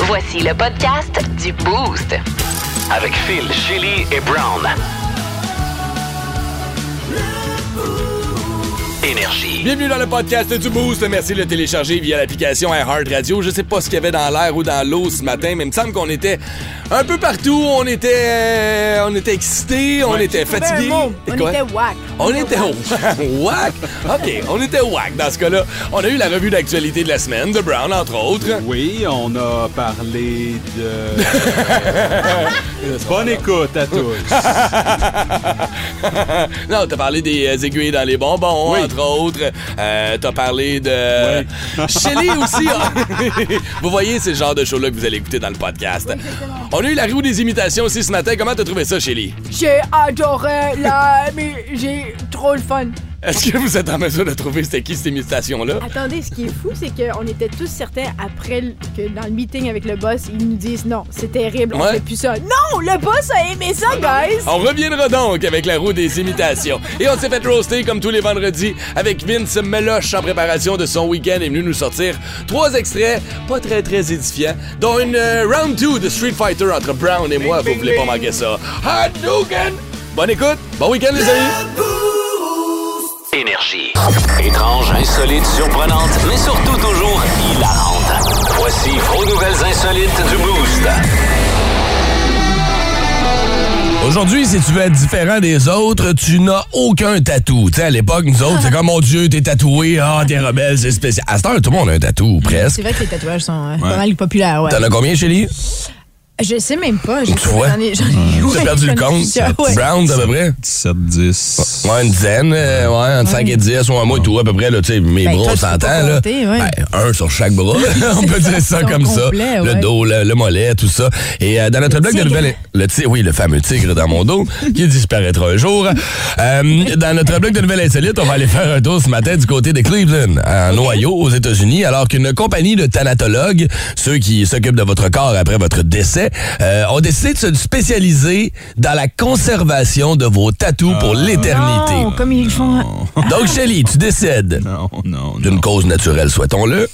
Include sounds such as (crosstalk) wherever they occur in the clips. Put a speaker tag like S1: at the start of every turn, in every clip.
S1: Voici le podcast du Boost.
S2: Avec Phil, Chili et Brown. Énergie.
S3: Bienvenue dans le podcast du Boost. Merci de le télécharger via l'application iHeart Radio. Je sais pas ce qu'il y avait dans l'air ou dans l'eau ce matin, mais il me semble qu'on était un peu partout. On était, euh, on était excités, on était fatigués. Et
S4: On
S3: quoi?
S4: était whack.
S3: On était au (laughs) whack. OK, on était whack dans ce cas-là. On a eu la revue d'actualité de la semaine, de Brown, entre autres.
S5: Oui, on a parlé
S3: (laughs)
S5: de. Bonne écoute à tous.
S3: (laughs) non, t'as parlé des euh, aiguilles dans les bonbons,
S5: Oui.
S3: entre autres. Euh, t'as parlé de... (laughs) Shelley aussi. hein. vous voyez, c'est le genre de show-là que vous allez écouter dans le podcast. On a eu la roue des imitations aussi ce matin. Comment t'as trouvé ça, Shelley?
S4: J'ai adoré la... mais j'ai trop le fun.
S3: Est-ce que vous êtes en mesure de trouver c'était qui cette imitation-là?
S4: Attendez, ce qui est fou, c'est qu'on était tous certains après le- que dans le meeting avec le boss, ils nous disent non, c'est terrible, on
S3: Ouais. Ah,
S4: fait plus ça. Non, le boss a aimé ça, guys!
S3: On reviendra donc avec la roue des imitations. Et on s'est fait roaster comme tous les vendredis avec Vince Meloche en préparation de son week-end est venu nous sortir trois extraits pas très très édifiants, dont une euh, round 2 de Street Fighter entre Brown et moi. Vous voulez pas manquer ça. Hadouken! Bonne écoute, bon week-end les amis!
S2: Énergie. Étrange, insolite, surprenante, mais surtout toujours hilarante. Voici vos nouvelles insolites du Boost.
S3: Aujourd'hui, si tu veux être différent des autres, tu n'as aucun tatou. Tu sais, à l'époque, nous
S4: Ah.
S3: autres, c'est comme, mon Dieu, t'es tatoué, ah, t'es rebelle, c'est spécial. À cette heure, tout le monde a un tatou, presque.
S4: C'est vrai que les tatouages sont euh, pas mal populaires, ouais.
S3: as combien, Chélie?
S4: Je sais même pas.
S3: Tu vois?
S4: J'en ai, j'en ai- ouais, (laughs) j'en ai plusieurs, ouais.
S3: Brown, à peu près?
S5: 17, 10.
S3: Ouais, une dizaine, euh, ouais, entre 5 et 10, ouais, moi, tout à peu près, là, tu sais, mes
S4: Ben, toi,
S3: bras, on
S4: tu peux
S3: s'entend,
S4: pas
S3: là.
S4: compter, ouais.
S3: Ben, un sur chaque bras, (laughs) on peut
S4: ça,
S3: dire ça
S4: ils sont
S3: comme
S4: complets,
S3: ça.
S4: ouais.
S3: Le dos, le, le mollet, tout ça. Et euh, dans notre blog de
S4: tigre.
S3: nouvelles... Le tigre, oui, le fameux tigre dans mon dos, qui disparaîtra un jour. Euh, dans notre blog de nouvelles insolites, on va aller faire un tour ce matin du côté de Cleveland, en Ohio, aux États-Unis, alors qu'une compagnie de thanatologues, ceux qui s'occupent de votre corps après votre décès, euh, ont décidé de se spécialiser dans la conservation de vos tatous pour l'éternité.
S4: Non, comme ils font.
S3: Donc, Shelly, tu décèdes
S5: Non, non, non.
S3: d'une cause naturelle, souhaitons-le.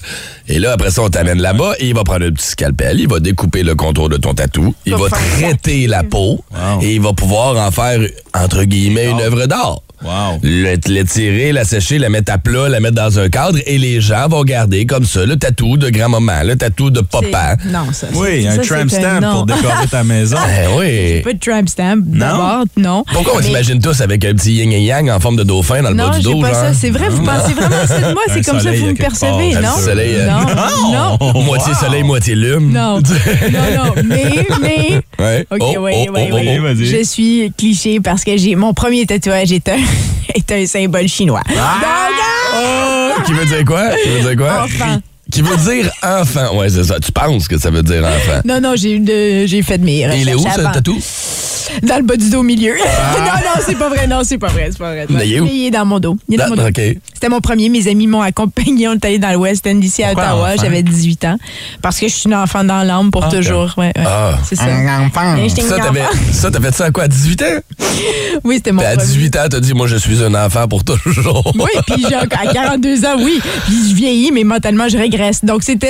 S3: Et là, après ça, on t'amène là-bas et il va prendre un petit scalpel, il va découper le contour de ton tatou, il va traiter la peau et il va pouvoir en faire, entre guillemets, une œuvre d'art.
S5: Wow.
S3: Le- L'étirer, la sécher, la mettre à plat, la mettre dans un cadre et les gens vont garder comme ça le tatou de grand-maman, le tatou de papa.
S4: C'est- Non, ça.
S5: Oui,
S4: ça,
S5: un
S4: ça,
S5: tramp
S4: c'est
S5: stamp
S4: non.
S5: pour décorer ta
S3: (laughs)
S5: maison.
S3: Eh oui.
S4: Pas de tramp stamp. D'abord, non.
S3: Pourquoi on
S4: Mais-
S3: s'imagine tous avec un petit yin et yang en forme de dauphin dans le
S4: Non,
S3: bas du
S4: j'ai
S3: dos,
S4: pas
S3: genre? Ah.
S4: ça. Bah, C'est vrai, vous pensez vraiment que c'est de
S3: (laughs)
S4: moi. C'est
S5: Un
S4: comme ça que vous
S5: soleil
S4: me
S5: à quelque
S4: percevez,
S5: part,
S4: non?
S3: un soleil, euh,
S4: Non,
S3: (laughs)
S4: non, non.
S3: Moitié soleil, moitié lune. (laughs)
S4: Non, non, mais, mais.
S3: Ouais.
S4: Ok,
S3: Oh,
S4: ouais,
S3: oh,
S4: ouais,
S3: oh,
S4: ouais.
S5: oh, vas-y.
S4: Je suis cliché parce que j'ai mon premier tatouage est un, (laughs) est un symbole chinois.
S3: Oh, qui veut dire quoi? Qui veut dire quoi?
S4: Enfant.
S3: Qui veut dire enfant. Ouais, c'est ça. Tu penses que ça veut dire enfant.
S4: Non, non, j'ai eu de- j'ai fait de mes
S3: Et il est où,
S4: recherches
S3: ce
S4: avant.
S3: tatou?
S4: Dans le bas du dos au milieu. (laughs) non, non, c'est pas vrai. Non, c'est pas vrai. C'est pas vrai.
S3: Mais il est où?
S4: Mais il est dans mon dos. Il est dans mon dos.
S3: Ah, OK.
S4: C'était mon premier. Mes amis m'ont accompagné. On est allé dans le West End ici à
S5: Pourquoi
S4: Ottawa.
S5: enfant?
S4: J'avais 18 ans. Parce que je suis une enfant dans l'âme pour toujours. Ouais, ouais.
S3: Ah.
S4: C'est ça. Et j'étais une
S3: Ça,
S4: enfant.
S3: t'avais, ça, t'as fait ça à quoi, à 18 ans?
S4: Oui, c'était mon
S3: Ben, à
S4: premier.
S3: 18 ans, t'as dit, moi, je suis un enfant pour toujours.
S4: Oui, puis j'ai encore- à
S3: (laughs)
S4: 42 ans, oui. Puis je vieillis, mais mentalement, je régresse. Donc, c'était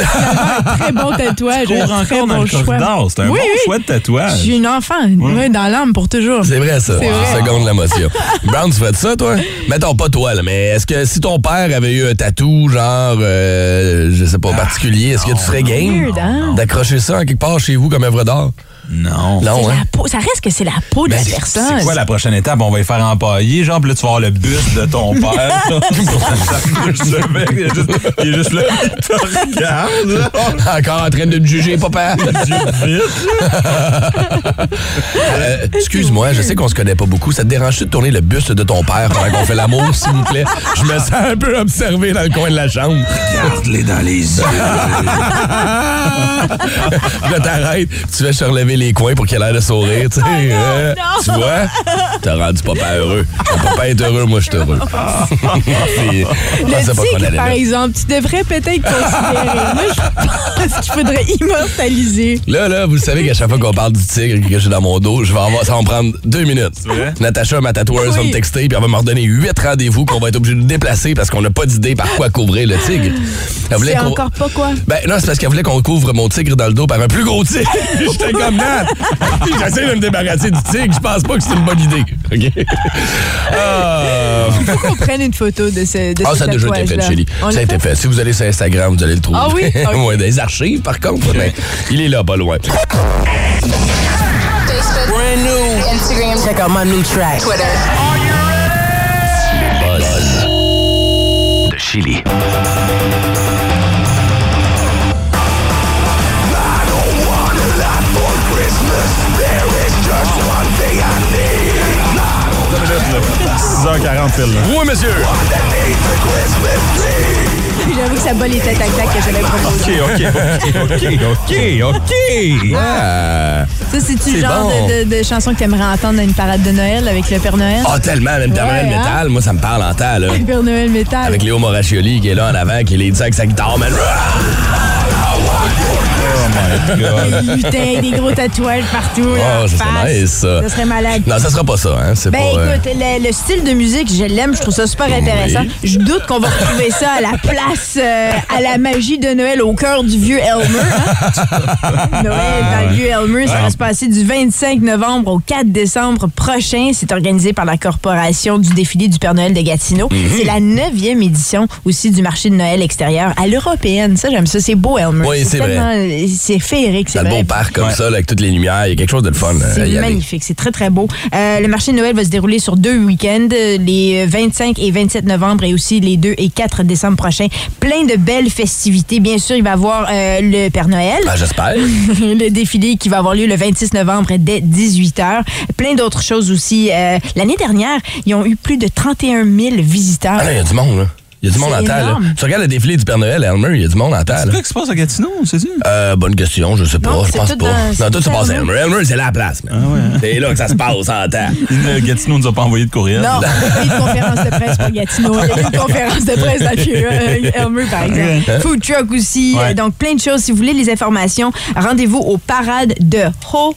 S4: finalement un très
S3: (laughs)
S4: bon tatouage.
S5: Cours
S4: un très
S5: encore dans
S4: bon
S5: le
S4: choix.
S5: corridor. C'est un
S4: oui,
S5: bon
S4: oui.
S5: choix de
S4: Je
S5: tatouage.
S4: suis une enfant, oui, dans l'âme pour toujours.
S3: C'est vrai, ça.
S4: C'est vrai.
S3: Seconde l'émotion. Brown, tu fais de ça, toi? Mettons, pas toi, là, mais est-ce que si ton père avait eu un tatou, genre, euh, je sais pas, particulier, est-ce que tu serais game
S4: Weird, hein?
S3: d'accrocher ça à quelque part chez vous comme œuvre d'art?
S5: Non.
S4: C'est
S3: Non, hein?
S4: la peau- ça reste que c'est la peau de
S3: Ben,
S4: la
S3: c'est-
S4: personne.
S5: C'est quoi la prochaine étape? On va y faire empailler. Genre, puis là, tu vas avoir le bus de
S4: (laughs)
S5: ton père. (laughs) Le mec, il est juste- il est juste là, (laughs) il te regarde. là.
S3: Encore (laughs) en train de me juger, papa.
S5: Dieu,
S3: (laughs)
S5: vite.
S3: Euh, Excuse-moi, je sais qu'on se connaît pas beaucoup. Ça te dérange de tourner le buste de ton père pendant qu'on fait l'amour, s'il vous plaît? Je me sens un peu observé dans le coin de la chambre.
S5: Regarde-les dans les yeux.
S3: Puis (laughs) là, t'arrêtes, tu vas se relever les coins pour qu'il ait l'air de sourire, tu sais. hein?
S4: Ah non.
S3: Tu vois? T'as rendu papa heureux. Quand papa est heureux, moi, je
S4: (laughs)
S3: suis heureux. (laughs) C'est- je
S4: Le
S3: pensais pas qu'on
S4: tigre,
S3: allait
S4: par
S3: là.
S4: exemple, tu devrais peut-être considérer. Moi, je pense qu'il faudrait immortaliser.
S3: Là, là, vous le savez qu'à chaque fois qu'on parle du tigre que j'ai dans mon dos, je vais avoir, ça va me prendre deux minutes.
S5: vrai?
S3: Natacha, ma tatoueuse, va
S4: Oui.
S3: me texter, puis elle va me redonner huit rendez-vous qu'on va être obligé de déplacer parce qu'on n'a pas d'idée par quoi couvrir le tigre. Elle voulait
S4: C'est
S3: qu'on-
S4: encore pas quoi?
S3: Ben non, c'est parce qu'elle voulait qu'on couvre mon tigre dans le dos par un plus gros tigre. (laughs) J'étais comme Nat. J'essaie de me débarrasser du tigre. Je pense pas que c'est une bonne idée. OK? Ah.
S4: Faut qu'on prenne une photo de ce de
S3: Ah,
S4: ce
S3: ça a déjà été fait,
S4: tatouage-là.
S3: Chélie.
S4: On
S3: Ça a
S4: l'a
S3: été fait. Si vous allez sur Instagram, vous allez le trouver.
S4: Ah
S3: (laughs)
S4: oui? Ok.
S3: ouais, dans les archives, par contre. mais il est là, pas loin.
S6: Brand new. Instagram. Check out my new track. Twitter.
S2: de Chili.
S5: h 40 pile. là.
S3: Oui, monsieur.
S4: J'avoue que ça bat les têtes à claque que j'avais proposé.
S5: OK, OK, OK, OK, OK.
S3: Ah,
S4: Ça, c'est-tu le genre
S3: bon.
S4: de, de- de chanson que t'aimerais entendre à une parade de Noël avec le Père Noël?
S3: Ah, tellement, même tellement
S4: Ouais,
S3: le
S4: hein?
S3: métal. Moi, ça me parle en temps, là.
S4: Le Père Noël métal.
S3: Avec Léo Moraccioli qui est là en avant, qui est les avec sa guitare, man.
S4: Oh
S3: (laughs)
S4: des lutins, des gros tatouages partout. là,
S3: Oh,
S4: en
S3: ça serait
S4: face.
S3: nice, ça.
S4: Ça serait malade.
S3: Non, ça sera pas ça, hein. C'est
S4: Ben
S3: pas. euh,
S4: écoute, le, le style de musique, je l'aime, je trouve ça super intéressant. Je doute qu'on va retrouver ça à la place, euh, à la magie de Noël au cœur du vieux Elmer.
S5: (laughs)
S4: hein.
S5: Ah,
S4: Noël
S3: Ah,
S4: dans le vieux Elmer, ça va se passer du 25 novembre au 4 décembre prochain. C'est organisé par la Corporation du défilé du Père Noël de Gatineau.
S3: Mhm.
S4: C'est la neuvième édition aussi du marché de Noël extérieur à l'européenne. Ça, j'aime ça, c'est beau Elmer.
S3: Oui, c'est vrai.
S4: tellement- euh, C'est féerique, c'est
S3: dans le
S4: vrai.
S3: beau parc comme
S5: Ouais.
S3: ça, là, avec toutes les lumières, il y a quelque chose de le fun. euh, à y
S4: C'est
S3: aller.
S4: magnifique, c'est très très beau. Euh, le marché de Noël va se dérouler sur deux week-ends, euh, les 25 et 27 novembre et aussi les 2 et 4 décembre prochains. Plein de belles festivités. Bien sûr, il va y avoir euh, le Père Noël.
S3: Ah, j'espère.
S4: (laughs) le défilé qui va avoir lieu le 26 novembre dès 18h. Plein d'autres choses aussi. Euh, L'année dernière, ils ont eu plus de 31 000 visiteurs.
S3: Ah, non, il y a du monde, là. Il y a du
S4: C'est
S3: monde en temps, là.
S4: énorme.
S3: Tu regardes le défilé du Père Noël, Elmer, il y a du monde en temps,
S5: C'est
S3: là.
S5: vrai que se passe à Gatineau, c'est sûr?
S3: Euh, bonne question, je sais pas,
S4: Non,
S3: je
S4: c'est
S3: pense
S4: tout
S3: pas.
S4: dans- c'est
S3: non, tout
S4: tout
S3: se passe à
S4: à
S3: Elmer. Elmer, c'est la place,
S5: Ah
S3: man. C'est là que ça se passe en temps.
S5: Euh, Gatineau nous hein? a pas envoyé de courriel.
S4: Non, il y a eu une conférence de presse pour Gatineau. Il y a eu une conférence de presse à Pieux- euh, Elmer, par
S5: Hein?
S4: exemple. Food truck aussi.
S5: Ouais.
S4: Euh, Donc, plein de choses. Si vous voulez les informations, rendez-vous au parade de ho,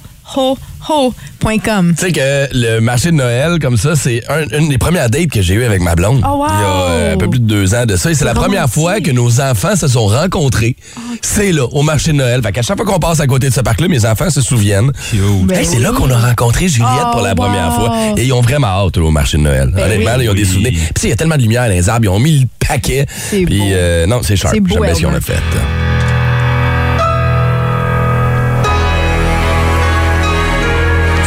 S4: ho, ho.com.
S3: Tu sais que le marché de Noël, comme ça, c'est un- une des premières dates que j'ai eues avec ma blonde.
S4: Oh, wow!
S3: Il y a euh, un peu plus de deux ans de ça. Et c'est la première
S4: romantique.
S3: fois que nos enfants se sont rencontrés. C'est là, au marché de Noël. Fait qu'à chaque fois qu'on passe à côté de ce parc-là, mes enfants se souviennent.
S5: Cute.
S4: Ben
S3: Hey, c'est
S4: oui.
S3: là qu'on a rencontré Juliette
S4: Oh,
S3: pour la première
S4: wow. Ben
S3: fois. Et ils ont vraiment hâte là, au marché de Noël. Honnêtement,
S4: oui.
S3: là, ils ont des
S5: Oui.
S3: souvenirs. Puis tu sais, il y a tellement de lumière dans les arbres, ils ont mis le paquet.
S4: C'est
S3: Puis
S4: beau.
S3: euh, non, c'est sharp.
S4: C'est beau, hein,
S3: J'aime bien ce qu'on a
S4: Elmer.
S3: fait.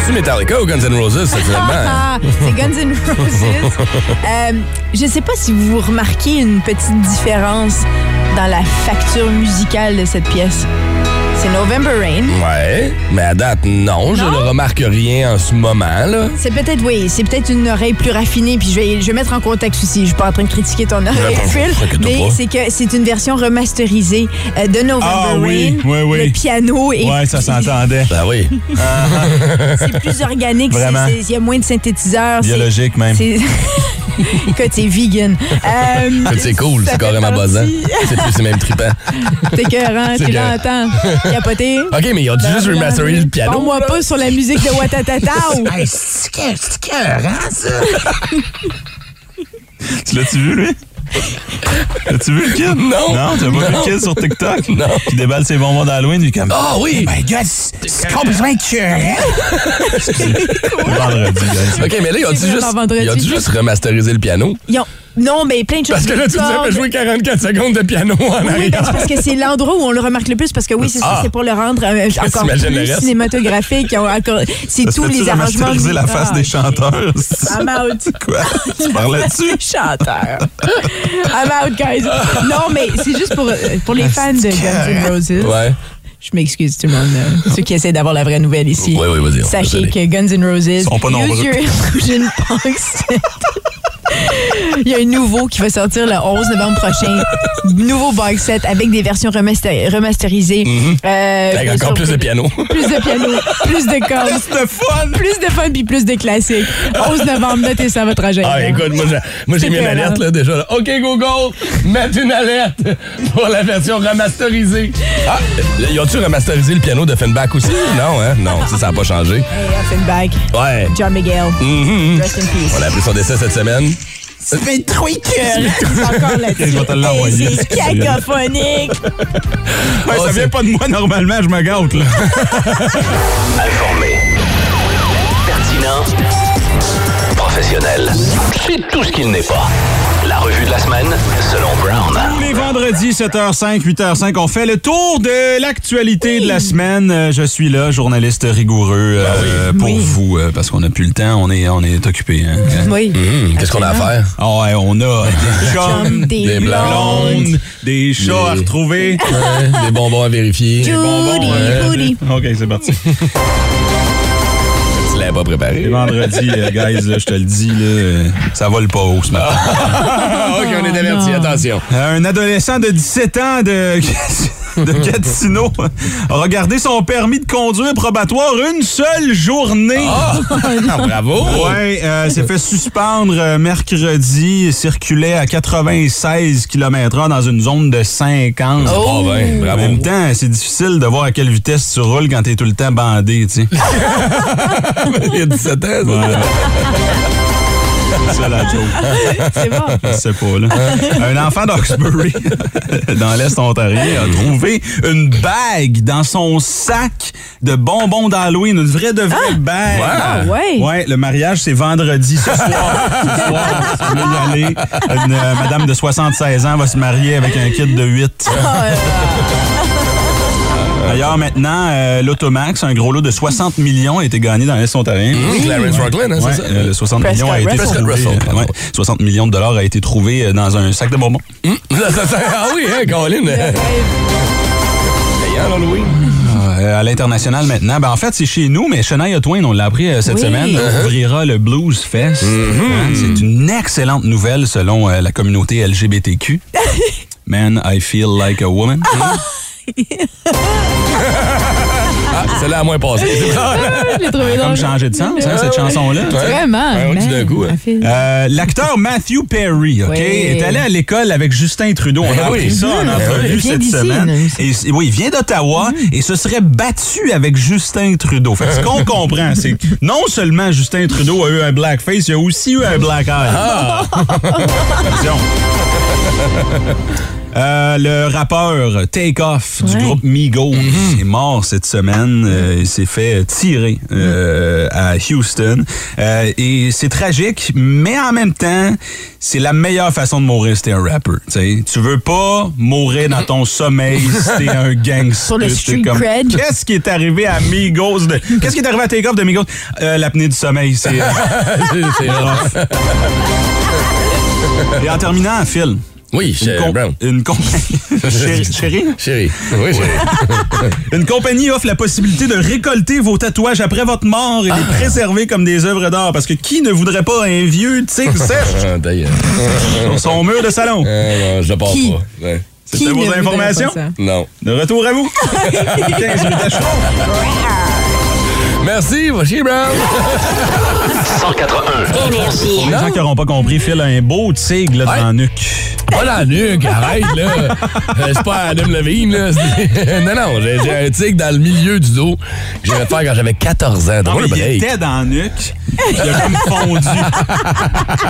S3: C'est Metallica ou Guns N' Roses, ça, finalement?
S4: (laughs)
S3: hein?
S4: Ah, c'est Guns N'
S3: (laughs)
S4: Roses. Euh, je ne sais pas si vous remarquez une petite différence dans la facture musicale de cette pièce. C'est November Rain.
S3: Ouais, mais à date, non, je ne remarque rien en ce moment,
S4: (laughs)
S3: là.
S4: C'est peut-être, oui, c'est peut-être une oreille plus raffinée, puis je vais, je vais mettre en contexte aussi. Je suis pas en train de critiquer ton oreille,
S3: pas-
S4: Phil,
S3: t'inquiète
S4: mais
S3: pas.
S4: c'est que c'est une version remasterisée euh, de November
S5: Ah
S4: Rain.
S5: oui, oui, oui.
S4: Le piano est
S5: Ouais, ça s'entendait.
S3: Ben oui.
S4: (laughs) c'est plus organique, c'est-
S5: Vraiment.
S4: c'est- il y a moins de synthétiseurs. c'est-
S5: Biologique même.
S4: c'est- (laughs) Écoute, c'est vegan. Euh,
S3: C'est cool,
S4: ça
S3: c'est
S4: fait
S3: carrément
S4: partie- (laughs)
S3: buzzant. C'est plus, c'est même trippant.
S4: T'es cœurant,
S3: C'est
S4: t'es
S3: bien.
S4: l'entends. Capoté.
S3: (laughs) OK, mais ils ont dû
S4: Ben,
S3: juste remasteriser le piano.
S4: moi
S3: là.
S4: pas sur la musique de Watatata.
S5: Tu l'as-tu vu, lui? L'as-tu vu le kid?
S3: Non.
S5: Non, t'as pas vu le kid sur TikTok? Non. Qui déballe ses bonbons d'Halloween, lui, comme.
S3: Ah oui!
S5: Vendredi,
S4: (laughs)
S5: là.
S3: OK, mais là, ils ont dû
S4: C'est vraiment
S3: juste,
S4: vendredi.
S3: ils ont dû juste remasteriser le piano.
S4: Ils ont- Non, mais plein de choses.
S3: Parce que là, tu nous
S4: Cordes.
S3: avais joué 44 secondes de piano en
S4: Oui,
S3: arrière.
S4: parce parce que c'est l'endroit où on le remarque le plus, parce que oui, c'est ça,
S3: Ah.
S4: c'est pour le rendre euh, encore
S3: t'imagines le
S4: plus
S3: reste?
S4: cinématographique. Ils ont encore- C'est
S5: Ça se
S4: tous
S5: fait-tu
S4: les arrangements.
S5: remasteriser la face
S4: Ah, (laughs)
S5: des chanteurs? C'est
S4: I'm
S3: (laughs)
S4: out.
S5: Quoi? Tu
S4: (laughs)
S5: parlais-tu?
S4: Chanteur. (laughs) I'm out, guys. Non, mais c'est juste pour, euh, pour les fans de Guns N' Roses.
S3: Ah, Ouais.
S4: Je m'excuse tout le monde, euh, ceux qui essaient d'avoir la vraie nouvelle ici.
S3: Ouais, ouais, vas-y, on-
S4: Sachez
S3: désolé. (laughs)
S4: que Guns N' Roses,
S5: (laughs) sont pas nombreux.
S4: Use Your Illusion Punk Set, Il y a un nouveau qui va sortir le 11 novembre prochain. Nouveau box set avec des versions remaster- remasterisées. Euh,
S3: Mm-hmm. Avec
S4: bien
S3: encore
S4: sûr,
S3: plus
S4: (laughs)
S3: de piano.
S4: Plus de piano, plus
S3: (laughs)
S4: de cordes.
S5: C'est fun!
S4: Plus de fun puis plus de classiques. 11 novembre, notez ça à votre agenda.
S3: Ah, écoute, moi, j'ai- moi, j'ai mis une
S4: écœurant.
S3: alerte, là, déjà. là. OK, Google, mettre une alerte pour la version remasterisée. Ah, là, ils ont-tu remasterisé le piano de Fenback aussi? Non, hein? Non, ça, ça n'a pas changé.
S4: Hey, Offenbach,
S3: Ouais.
S4: John Miguel,
S3: Mhm.
S4: rest in peace.
S3: On a appris son décès cette semaine.
S6: Mais trop écœurant.
S3: (laughs)
S4: C'est encore là-dessus.
S5: Je vais te l'envoyer.
S4: Hey, C'est cacophonique.
S5: Ouais, ça vient pas de moi, normalement, je me gâte, là.
S2: Informé. Pertinent. Professionnel. C'est tout ce qu'il n'est pas. La revue de la semaine, selon Brown.
S5: Tous les vendredis, 7h05, 8h05, on fait le tour de l'actualité de la semaine. Euh, Je suis là, journaliste rigoureux euh, pour
S4: Ah Oui.
S5: vous, euh, parce qu'on n'a plus le temps, on est, on est occupé. hein.
S4: Oui.
S3: Hum, Qu'est-ce qu'on a à faire?
S5: Ah ouais, on a des
S4: Comme
S5: chums,
S4: des
S3: (laughs) Des blondes.
S5: blondes, des chats à
S3: Des-
S5: retrouver.
S3: Ouais, des bonbons à vérifier.
S4: Des bonbons, Goody, ouais. goody.
S5: OK, c'est
S3: (laughs)
S5: parti.
S3: Tu l'avais pas
S5: Les
S3: préparé.
S5: vendredis, euh, guys, là, je te le dis, là, euh, ça vole pas haut ce matin.
S3: Ah, (laughs) OK, on est averti, attention.
S5: Euh, Un adolescent de 17 ans de, (laughs) de Gatineau a regardé son permis de conduire probatoire une seule journée.
S3: Ah, bravo!
S5: Ouais, euh, s'est fait suspendre euh, mercredi, circulait à 96 km/h dans une zone de 50.
S3: Ah ben,
S5: En
S3: bravo.
S5: même temps, c'est difficile de voir à quelle vitesse tu roules quand t'es tout le temps bandé, tu sais.
S3: (laughs) Il y a 17 ans, ça.
S5: C'est ça la joke.
S4: (laughs) C'est bon.
S5: Je sais pas, là. Un enfant d'Oxbury, (laughs) dans l'Est ontarien, a trouvé une bague dans son sac de bonbons d'Halloween. Une vraie de vraie bague.
S4: Ah ouais?
S5: Ouais, le mariage, c'est vendredi ce
S4: (laughs)
S5: soir. ce soir, si vous voulez y aller, une euh, madame de 76 ans va se marier avec un kid de
S4: Oh
S5: 8. D'ailleurs, maintenant, euh, l'Automax, un gros lot de 60 millions a été gagné dans l'Est ontarien.
S3: Hum, Clarence Rocklin, hein,
S5: Ouais,
S3: c'est ça?
S5: euh, le 60
S4: Prescott
S5: millions a été
S4: Russell.
S5: trouvé,
S3: Prescott Russell,
S5: euh, ouais, 60 millions de dollars a été trouvé euh, dans un sac de bonbons.
S3: Mmh. (laughs) Ça, ça, ça- ah oui, hein, Colin?
S5: hein,
S3: Payant, Halloween.
S5: Euh, à l'international maintenant. Ben, en fait, c'est chez nous, mais Shania Twain, on l'a appris euh, cette
S4: Oui.
S5: semaine,
S3: Uh-huh.
S5: ouvrira le Blues Fest.
S3: Mmh.
S5: Hein, C'est une excellente nouvelle selon euh, la communauté
S4: (laughs)
S5: LGBTQ. Man, I feel like a woman.
S3: Ah, celle-là a
S5: (laughs)
S3: moins passé. Ah,
S4: Je l'ai trouvé
S5: Comme
S4: drôle.
S5: changer de sens, hein, cette chanson-là.
S4: Vraiment.
S3: Ouais, ouais, tout d'un
S4: man,
S3: coup, hein.
S4: ça fait-
S5: Euh, L'acteur Matthew Perry, OK,
S4: Oui.
S5: est allé à l'école avec Justin Trudeau. On
S3: Ben
S5: a appris
S3: oui.
S5: ça en
S4: Mhm.
S5: entrevue
S4: Il vient
S5: cette
S4: d'ici,
S5: semaine.
S4: là, aussi.
S5: Et c- oui, il vient d'Ottawa
S3: Mm-hmm.
S5: et se serait battu avec Justin Trudeau. Fait que ce qu'on comprend, c'est que non seulement Justin Trudeau a eu un blackface, il a aussi eu un black eye.
S3: Ah.
S5: (laughs) Attention. Euh, le rappeur Take Off du
S4: Ouais. Mhm.
S5: groupe Migos est mort cette semaine. Euh, il s'est fait tirer euh, à Houston. Euh, et c'est tragique, mais en même temps, c'est la meilleure façon de mourir si t'es un rapper. tu sais. Tu veux pas mourir dans ton sommeil
S4: (laughs)
S5: si t'es un gangster.
S4: Sur le
S5: T'es
S4: street
S5: comme,
S4: cred.
S5: Qu'est-ce qui est arrivé à Migos? de- Qu'est-ce qui est arrivé à Take Off de Migos? Euh, L'apnée du
S4: (laughs)
S5: sommeil, c'est...
S3: C'est- c'est-
S5: et en terminant, Phil...
S3: Oui,
S5: Une,
S3: Sherry
S5: com-
S3: Brown.
S5: une
S3: (laughs)
S5: compagnie. Chérie- chérie?
S3: (laughs) Chérie. Oui, chérie.
S5: Une compagnie offre la possibilité de récolter vos tatouages après votre mort et les préserver comme des œuvres d'art. Parce que qui ne voudrait pas un vieux tigre sèche
S3: Ah, D'ailleurs.
S5: sur son mur de salon?
S3: Euh, non, je le pense
S4: Qui?
S3: pas. Ouais.
S4: Qui
S5: C'était
S4: ne
S5: vos
S4: voudrait pas
S5: informations?
S4: ça?
S3: Non.
S5: De retour à vous. 15 rue Tachereau.
S3: Merci, va chier, Brown.
S2: 181.
S5: Pour les gens qui n'auront pas compris, Phil a un beau tigre là,
S3: Ouais.
S5: devant la nuque.
S3: Pas la nuque, arrête,
S5: (laughs)
S3: là. Euh, C'est pas Adam Levine, là. C'est- (laughs) Non, non, j'ai j'ai un tigre dans le milieu du dos que j'avais fait quand j'avais 14 ans. Drôle,
S5: Non, mais il
S3: break.
S5: était dans la nuque. Il a comme fondu.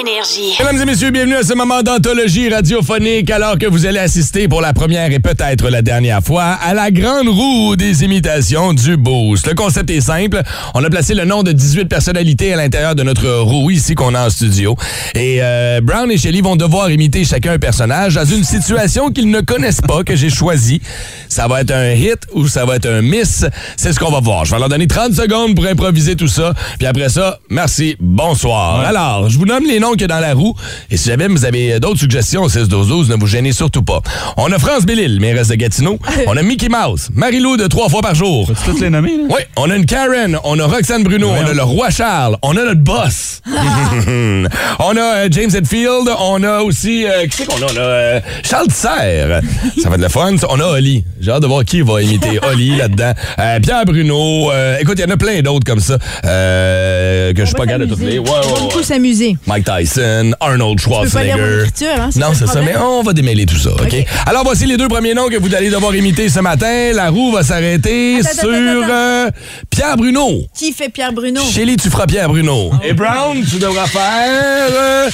S7: Énergie.
S3: Mesdames et messieurs, bienvenue à ce moment d'anthologie radiophonique alors que vous allez assister pour la première et peut-être la dernière fois à la grande roue des imitations du Boost. Le concept est simple. On a placé le nom de 18 personnalités à l'intérieur de notre roue ici qu'on a en studio. Et euh, Brown et Shelley vont devoir imiter chacun un personnage dans une situation qu'ils ne connaissent pas, que j'ai choisie. Ça va être un hit ou ça va être un miss. C'est ce qu'on va voir. Je vais leur donner 30 secondes pour improviser tout ça. Puis après ça, merci, bonsoir. Alors, je vous nomme les les noms qu'il y a dans la roue. Et si jamais vous avez d'autres suggestions, 6-12-12, ne vous gênez surtout pas. On a France Bellil, mairesse
S5: (laughs)
S3: de Gatineau. On a Mickey Mouse, Marie-Lou de trois fois par jour.
S5: Peux-tu toutes les nommer, là?
S3: Oui, on a une Karen, on a Roxane Bruno, on a le roi Charles, on a notre boss. (laughs) on a euh, James Hetfield, on a aussi... euh, qui c'est qu'on a? On a euh, Charles Serre. Ça va de la fun. ça. On a Oli. J'ai hâte de voir qui
S4: (laughs)
S3: va imiter Oli là-dedans. Euh, Pierre Bruno. euh, écoute, il y en a plein d'autres comme ça euh, que je suis pas capable de toutes les... Ouais, ouais,
S4: On va beaucoup
S3: ouais.
S4: s'amuser.
S3: Mike Tyson, Arnold
S4: peux pas lire mon
S3: Schwarzenegger.
S4: écriture, hein, c'est ça
S3: non,
S4: le
S3: c'est ça, mais
S4: problème.
S3: on va démêler tout ça, OK?
S4: OK.
S3: Alors, voici les deux premiers noms que vous allez devoir imiter ce matin. La roue va s'arrêter
S4: Attends,
S3: sur
S4: attends, attends, attends.
S3: euh, Pierre Bruno.
S4: Qui fait Pierre Bruno?
S3: Chélie, tu feras Pierre Bruno. Et Brown, tu devras faire... euh,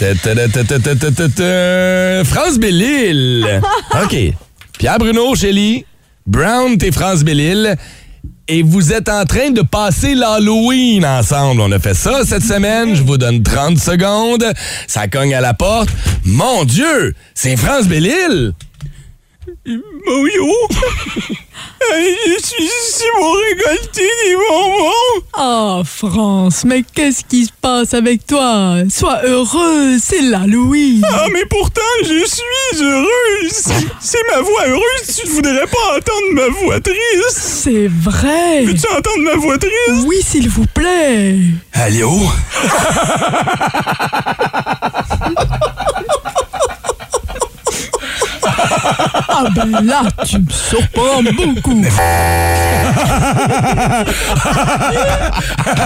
S3: ta- ta- ta- ta- ta- ta- ta- ta- ta- France Bellil. OK. Pierre Bruno, Chélie, Brown, t'es France Bellil. Et vous êtes en train de passer l'Halloween ensemble. On a fait ça cette semaine. Je vous donne 30 secondes. Ça cogne à la porte. Mon Dieu, c'est France (laughs) Bellil.
S5: Moyo! (laughs) Je suis ici pour récolter des bonbons!
S7: Oh, France, mais qu'est-ce qui se passe avec toi Sois heureuse, c'est l'Halloween.
S5: Ah, mais pourtant, je suis heureuse! C'est ma voix heureuse, tu ne voudrais pas entendre ma voix triste!
S7: C'est vrai.
S5: Veux-tu entendre ma voix triste?
S7: Oui, s'il vous plaît.
S5: Allô?
S3: (laughs)
S7: Ah ben là, tu me surprends beaucoup.
S4: (laughs)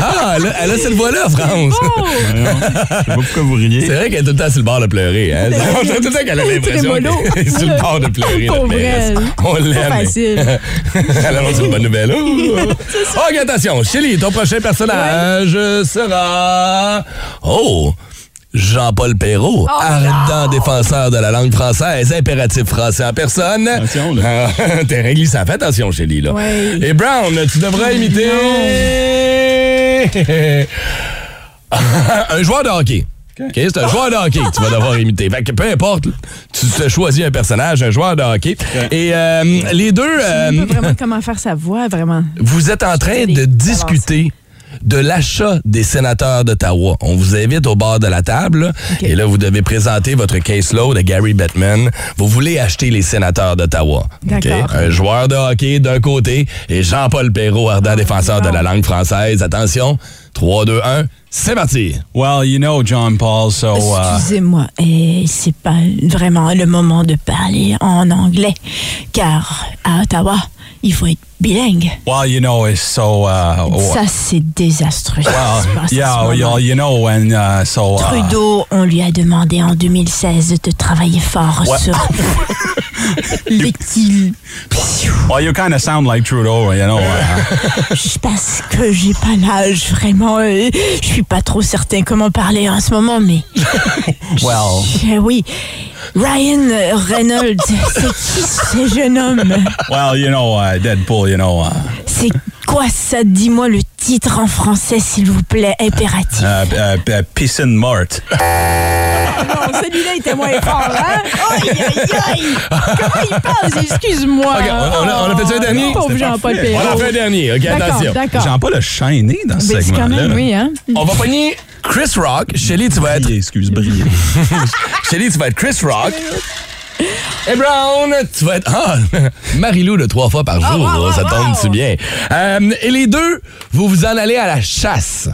S3: Ah, elle a, elle a cette voix-là, France.
S5: Je sais pas pourquoi vous
S3: C'est
S5: riez.
S3: vrai qu'elle est tout le temps sur le bord de pleurer. Hein? On dirait tout le temps qu'elle a l'impression
S7: Trémolo.
S3: qu'elle est sur le bord de pleurer. la
S7: Pauvre
S3: mairesse.
S7: elle.
S3: On l'aime. (laughs)
S7: Facile.
S3: Elle annonce une bonne nouvelle. Oh. OK, attention. Chélie, ton prochain personnage sera... Oh! Jean-Paul Perrault,
S4: Oh,
S3: ardent défenseur de la langue française, impératif français en personne.
S5: Attention, là.
S3: Ah, (laughs) T'es réglissant. Fais attention, Chélie, là.
S7: Ouais.
S3: Et Brown, tu devrais imiter... (laughs) un joueur de hockey. OK, c'est un joueur de hockey que tu vas devoir imiter. Fait que peu importe, tu te choisis un personnage, un joueur de hockey. Et euh, les deux, euh,
S4: Je sais pas vraiment comment faire sa voix, vraiment.
S3: vous êtes en train de
S4: Allez,
S3: discuter de l'achat des sénateurs d'Ottawa. On vous invite au bord de la table là, et là, vous devez présenter votre caseload à Gary Bettman. Vous voulez acheter les sénateurs d'Ottawa. OK?
S4: D'accord.
S3: Un joueur de hockey d'un côté et Jean-Paul Perrault,
S4: Ah,
S3: ardent défenseur de la langue française. Attention, 3, 2, 1, c'est parti.
S5: Well, you know John Paul,
S3: Ah
S5: so... uh,
S4: Excusez-moi, et c'est pas vraiment le moment de parler en anglais, car à Ottawa, il faut être bilingue.
S5: well, you know, it's so... uh,
S4: Ça, c'est désastreux. ce qui
S5: well,
S4: se passe en
S5: yeah,
S4: ce moment.
S5: well, you know, and uh, so... uh,
S4: Trudeau, on lui a demandé en 2016 de travailler fort
S5: Ouais.
S4: sur l'équilibre.
S5: well, you kind of sound like Trudeau, you know.
S7: (laughs)
S5: uh,
S4: Parce que j'ai pas l'âge, vraiment. euh, Je suis pas trop certain comment parler en ce moment,
S3: (laughs)
S4: mais
S5: well,
S4: Eh oui. Ryan Reynolds, c'est qui ce jeune homme
S5: well, you know, uh, Deadpool, you know. Uh,
S4: C'est quoi ça Dis-moi le titre en français, s'il vous plaît, impératif.
S5: uh, uh, uh,
S7: (laughs)
S5: Pissin' Mart.
S4: celui-là était moins fort, hein Aïe, aïe, aïe Comment il parle Excuse-moi.
S3: OK, on- on a- on a fait ça un dernier?
S7: Pauvre
S5: C'était
S7: Jean-Paul
S5: parfait.
S3: On
S7: Perrault.
S3: en fait un dernier, OK? Attention.
S7: D'accord, d'accord.
S5: Jean-Paul a chaîné dans ce
S7: Ben, c'est quand
S5: segment-là.
S7: même, oui, hein?
S3: On va pogner Chris Rock. Shelly, tu vas être.
S5: Briller, excuse, briller.
S3: (laughs) Shelly, tu vas être Chris Rock. Et Brown, tu vas être. Ah! (laughs) Marie-Lou de trois fois par jour,
S7: Ah, wow, wow,
S3: ça tombe
S7: wow.
S3: si bien. Euh, et les deux, vous vous en allez à la chasse.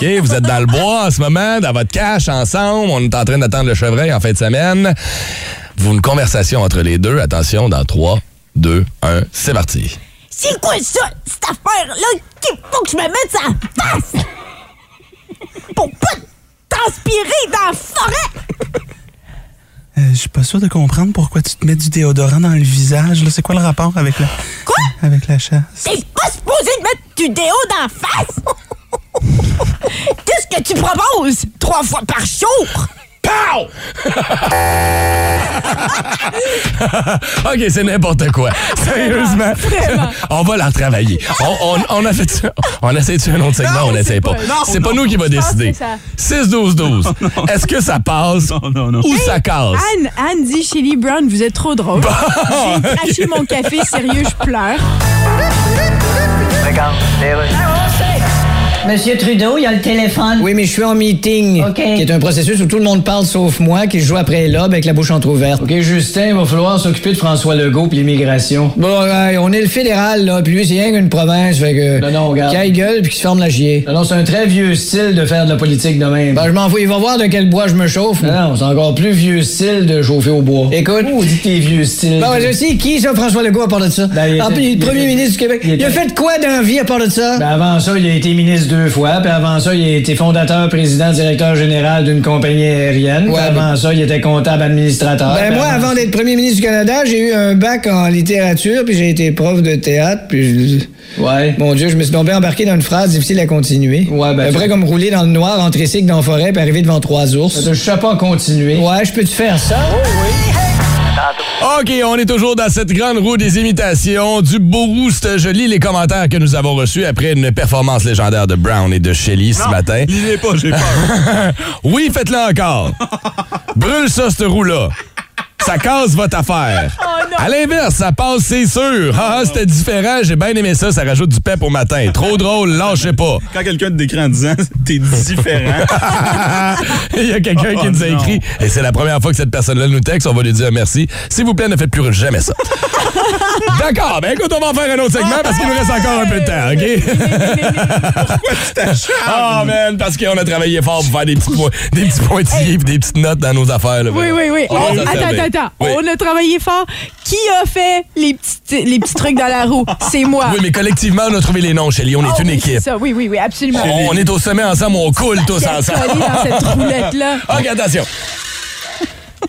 S3: OK? Vous êtes dans le bois en ce moment, dans votre cache ensemble. On est en train d'attendre le chevreuil en fin de semaine. Vous une conversation entre les deux. Attention, dans 3, 2, 1, c'est parti.
S4: C'est quoi ça, cette affaire-là qu'il faut que je me mette ça face Pour pas transpirer dans la forêt
S5: Euh, je suis pas sûr de comprendre pourquoi tu te mets du déodorant dans le visage. C'est quoi le rapport avec la... Quoi? Avec la chasse.
S4: T'es pas supposé de mettre du déo dans la face (laughs) Qu'est-ce que tu proposes Trois fois par jour
S3: Pow! (laughs) OK, c'est n'importe
S5: (laughs)
S3: quoi. Sérieusement. (laughs) On va la retravailler. On, on- on a fait ça. On essaie de faire un autre segment, on n'essaie pas. C'est pas nous qui va décider.
S5: (laughs)
S3: 6-12-12. Est-ce que ça passe
S5: Non, non, non.
S3: ou ça casse?
S7: Anne, Anne dit Shelly Brown, vous êtes trop drôle. Oh, J'ai craché mon café, sérieux, je pleure.
S8: Monsieur Trudeau, il y a le téléphone.
S9: Oui, mais je suis en meeting.
S8: OK.
S9: Qui est un processus où tout le monde parle sauf moi, qui joue après l'aube avec la bouche entrouverte. OK, Justin, il va falloir s'occuper de François Legault puis l'immigration. Bon, ouais, on est le fédéral, là, puis lui, c'est rien qu'une province, fait que. Non, non, regarde. Qui gueule puis qui se forme la chier. Non, non, c'est un très vieux style de faire de la politique de même. Ben, je m'en fous, il va voir de quel bois je me chauffe. Non, non, c'est encore plus vieux style de chauffer au bois. Écoute. Où dit tes vieux styles? Ben, je sais, qui, ça, François Legault, à part de ça? Ah, puis il est premier ministre du Québec. Il, a fait quoi dans vie à part de ça? Ben, avant ça, il a été ministre deux fois, puis avant ça, il a été fondateur, président, directeur général d'une compagnie aérienne. Puis avant ça, il était comptable administrateur. Ben, moi, avant d'être premier ministre du Canada, j'ai eu un bac en littérature, puis j'ai été prof de théâtre, puis je... Ouais. Mon Dieu, je me suis tombé embarqué dans une phrase difficile à continuer. Ouais, ben. Après, comme rouler dans le noir, entrer cycle dans la forêt, puis arriver devant trois ours. Je sais pas continuer. Oh, Ouais, je peux te faire ça?
S3: OK, on est toujours dans cette grande roue des imitations du boost. euh, Je lis les commentaires que nous avons reçus après une performance légendaire de Brown et de Shelley ce matin.
S5: Lisez pas, j'ai peur.
S3: (laughs) Oui, faites-le
S5: (laughs)
S3: encore. Brûle ça, cette roue-là. Ça casse votre affaire.
S5: Oh,
S3: à l'inverse, ça passe, c'est sûr. Ah, ah, c'était différent, j'ai bien aimé ça, ça rajoute du pep au matin. Trop drôle, lâchez pas.
S5: (laughs) Quand quelqu'un te décrit en disant (laughs) t'es différent,
S3: (laughs) Il y a quelqu'un qui
S5: Oh,
S3: nous a
S5: non.
S3: écrit, et c'est la première fois que cette personne-là nous texte, on va lui dire merci. S'il vous plaît, ne faites plus jamais ça. (laughs) D'accord, ben écoute, on va en faire un autre segment parce qu'il nous reste encore un peu de temps, OK?
S5: tu t'achètes.
S3: Ah, man, parce qu'on a travaillé fort pour faire des petits, points, des petits pointillers et des petites notes dans nos affaires. là,
S7: Oui,
S3: vraiment.
S7: oui, oui.
S3: On va
S7: On-
S3: s'en
S7: attends,
S3: servir.
S7: attends, attends.
S3: Oui.
S7: On a travaillé fort. Qui a fait les petits, les petits trucs dans la roue? C'est moi.
S3: Oui, mais collectivement, on a trouvé les noms, Shelly. On est
S7: Oh,
S3: une
S7: oui, c'est
S3: équipe.
S7: ça. Oui, oui, oui, absolument.
S3: On, on est au sommet ensemble, on coule tous
S7: Quel
S3: ensemble.
S7: collier dans cette roulette-là.
S3: (laughs) OK, attention.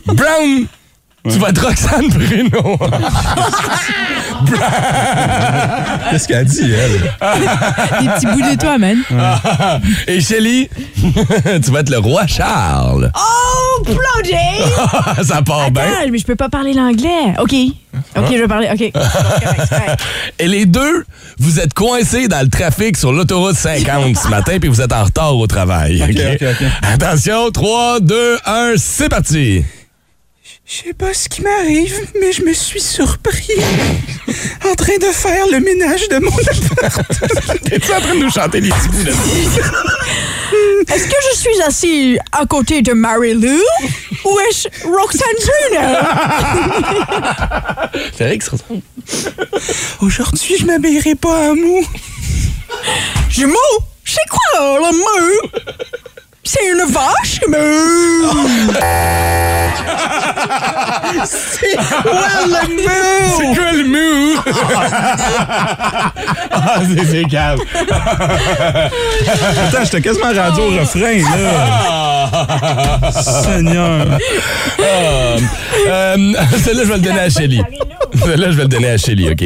S3: Brown, tu vas être
S7: (laughs)
S3: Roxane Bruno.
S5: Qu'est-ce qu'elle dit, elle?
S7: Des petits bouts de toi, man.
S3: Et Shelly, (laughs) tu vas être le roi Charles.
S4: Oh,
S3: (laughs)
S4: plongé!
S3: Ça part bien.
S7: Ah, mais je peux pas parler l'anglais. OK.
S3: Ah.
S7: OK, je vais parler.
S3: (laughs)
S7: OK.
S3: Et les deux, vous êtes coincés dans le trafic sur l'autoroute 50 ce matin, puis vous êtes en retard au travail. OK?
S5: ok, ok.
S3: Attention, 3, 2, 1, c'est parti!
S10: Je sais pas ce qui m'arrive, mais je me suis surpris en train de faire le ménage de mon
S3: (laughs) T'es-tu en train de nous chanter des petits bouts de
S4: Est-ce que je suis assis à côté
S7: (laughs)
S4: de Mary-Lou ou est-ce Roxane Bruno?
S3: (laughs) C'est vrai qu'ils se ressemblent.
S10: Aujourd'hui, je m'habillerai pas à mou.
S4: (laughs) J'ai mou! C'est quoi, le mou? C'est une vache, mou!
S3: C'est quoi le mou? ah, c'est- c'est calme.
S5: Attends, j'étais quasiment
S4: Ah,
S5: rendu au refrain, là.
S7: (laughs)
S5: Seigneur.
S3: (laughs) Euh, Celle-là, je vais le donner à Shelly. Celle-là, je vais le donner à Shelly, OK?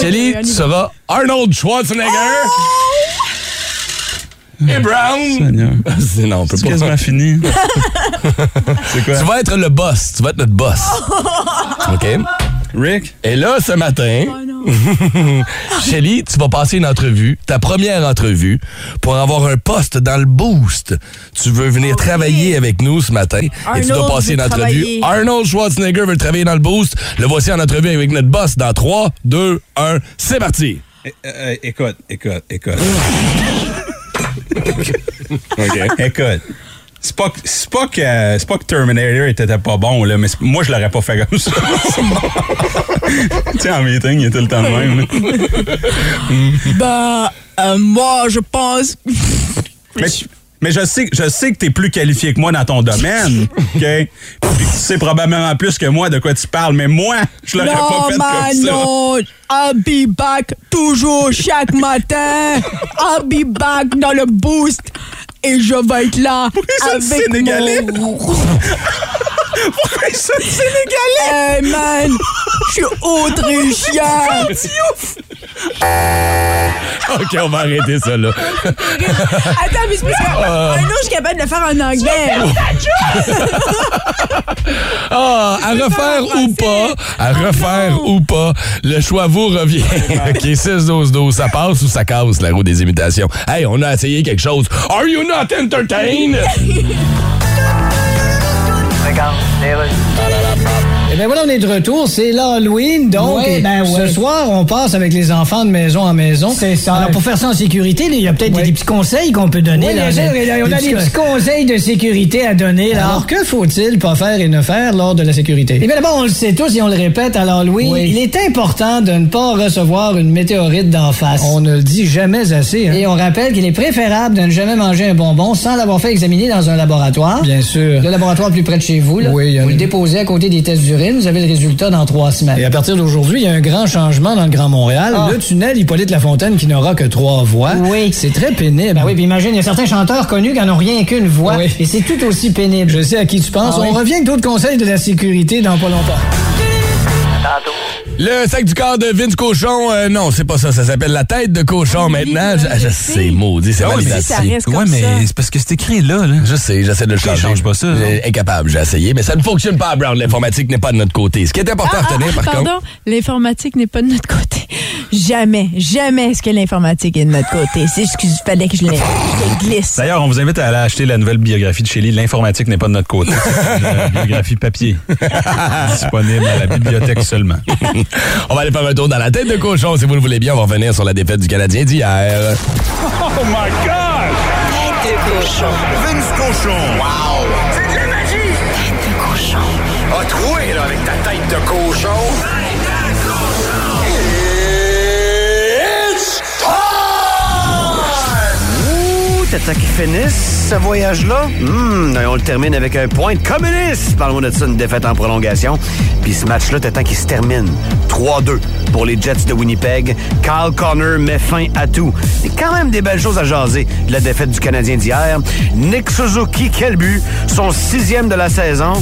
S3: Shelly, tu seras Arnold Schwarzenegger. Et Brown.
S5: Seigneur.
S3: (laughs) C'est- Non, on peut
S5: C'est
S3: pas.
S5: quasiment
S3: (laughs)
S5: fini. C'est
S3: Tu
S5: quoi?
S3: vas être le boss. Tu vas être notre boss.
S11: (laughs)
S3: OK?
S5: Rick?
S3: Et là, ce matin,
S4: Oh,
S3: (laughs) Shelly, tu vas passer une entrevue, ta première entrevue, pour avoir un poste dans le Boost. Tu veux venir travailler avec nous ce matin et tu dois
S4: Oh, Arnold
S3: passer
S4: veut
S3: une entrevue.
S4: travailler.
S3: Arnold Schwarzenegger veut travailler dans le Boost. Le voici en entrevue avec notre boss dans 3, 2, 1, c'est parti! (laughs)
S5: É- euh, écoute, écoute,
S7: (laughs)
S5: écoute.
S3: OK.
S5: (laughs) Écoute. C'est pas, que- c'est pas que, c'est pas que Terminator était pas bon, là, mais c'est- moi, je l'aurais pas fait comme ça. tu sais, en meeting, il est tout le temps de même. là.
S7: (laughs) Ben, euh, moi, je pense.
S5: (laughs) Mais, mais je sais, je sais que t'es plus qualifié que moi dans
S7: (laughs)
S5: ton domaine, OK? Puis tu sais probablement plus que moi de quoi tu parles, mais moi, je l'aurais pas
S7: Non,
S5: fait comme ça.
S7: Manon, I'll be back toujours chaque matin. I'll be back dans le boost. Et je vais être là
S5: ça, le
S7: avec
S5: Sénégalais?
S7: mon...
S5: (laughs) Pourquoi ils sont
S7: Hey
S5: sénégalais?
S7: Eh, man, je
S5: (laughs)
S7: suis autrichien.
S3: OK, on va arrêter ça là.
S4: Attends, mais c'est parce que
S3: Euh.
S4: un autre, je suis capable de le faire en anglais.
S3: Ah, à refaire ou pas,
S5: Ah,
S3: à refaire ou pas, le choix vous revient. (laughs) OK, 6-12-12, ça passe ou ça casse la roue des imitations? Hey, on a essayé quelque chose. Are you not (laughs) entertained?
S9: Eh bien voilà, on est de retour. C'est l'Halloween, donc.
S12: Ouais,
S9: et
S12: ben ouais.
S9: Ce soir, on passe avec les enfants de maison en maison.
S12: C'est ça.
S9: Alors, pour faire ça en sécurité, là, il y a peut-être des, des petits conseils qu'on peut donner.
S12: Oui,
S9: là,
S12: bien sûr, on a des petits
S9: conseils de sécurité à donner. Là. Alors, que faut-il pas faire et ne faire lors de la sécurité? Eh bien d'abord, on le sait tous et on le répète à l'Halloween, il est important de ne pas recevoir une météorite d'en face. On ne le dit jamais assez. hein. Et on rappelle qu'il est préférable de ne jamais manger un bonbon sans l'avoir fait examiner dans un laboratoire. Bien sûr. Le laboratoire le plus près de chez vous, là. vous le déposez à côté des tests d'urine, vous avez le résultat dans trois semaines. Et à partir d'aujourd'hui, il y a un grand changement dans le Grand Montréal. Le tunnel Hippolyte Lafontaine qui n'aura que trois voies. Ah. Oui. C'est très pénible. oui, puis imagine, il y a certains chanteurs connus qui n'en ont rien qu'une voix. Et c'est tout aussi pénible. Je sais à qui tu penses.
S12: Ah oui.
S9: On revient avec d'autres conseils de la sécurité dans pas longtemps.
S3: Le sac du corps de Vince Cochon, euh, non, c'est pas ça. Ça s'appelle la tête de cochon maintenant. Je, je sais, maudit, c'est
S5: Ah ouais, mais
S3: validation.
S5: ça reste comme Ouais, mais ça. c'est
S3: parce que c'est écrit là, là. Je sais, j'essaie de le changer.
S5: change
S3: pas ça. hein. Incapable, j'ai essayé, mais ça ne fonctionne pas à Brown. L'informatique n'est pas de notre côté. Ce qui est important
S4: Ah,
S3: à retenir,
S4: ah,
S3: par
S4: pardon,
S3: contre.
S4: l'informatique n'est pas de notre côté. Jamais, jamais est-ce que l'informatique est de notre côté. C'est juste qu'il fallait que je l'ai- je l'ai glisse.
S5: D'ailleurs, on vous invite à aller acheter la nouvelle biographie de Shelley. L'informatique n'est pas de
S10: (laughs)
S5: notre côté. C'est une, euh, biographie
S3: (laughs)
S5: papier. Disponible à la bibliothèque seulement.
S3: on va aller faire un tour dans la tête de cochon. Si vous le voulez bien, on va revenir sur la défaite du Canadien d'hier.
S10: Oh my God! Tête de cochon. Vince cochon. Wow! C'est de la magie! Tête de cochon. A troué, là, avec ta tête de cochon. It's
S13: Ouh, t'attends qu'il finisse ce voyage-là? Hum, et on le termine avec un point de communiste. Parlons de ça, une défaite en prolongation. Puis ce match-là, t'attends qu'il se termine. 3-2 pour les Jets de Winnipeg. Kyle Connor met fin à tout. C'est quand même des belles choses à jaser de la défaite du Canadien d'hier. Nick Suzuki, quel but! Son sixième de la saison.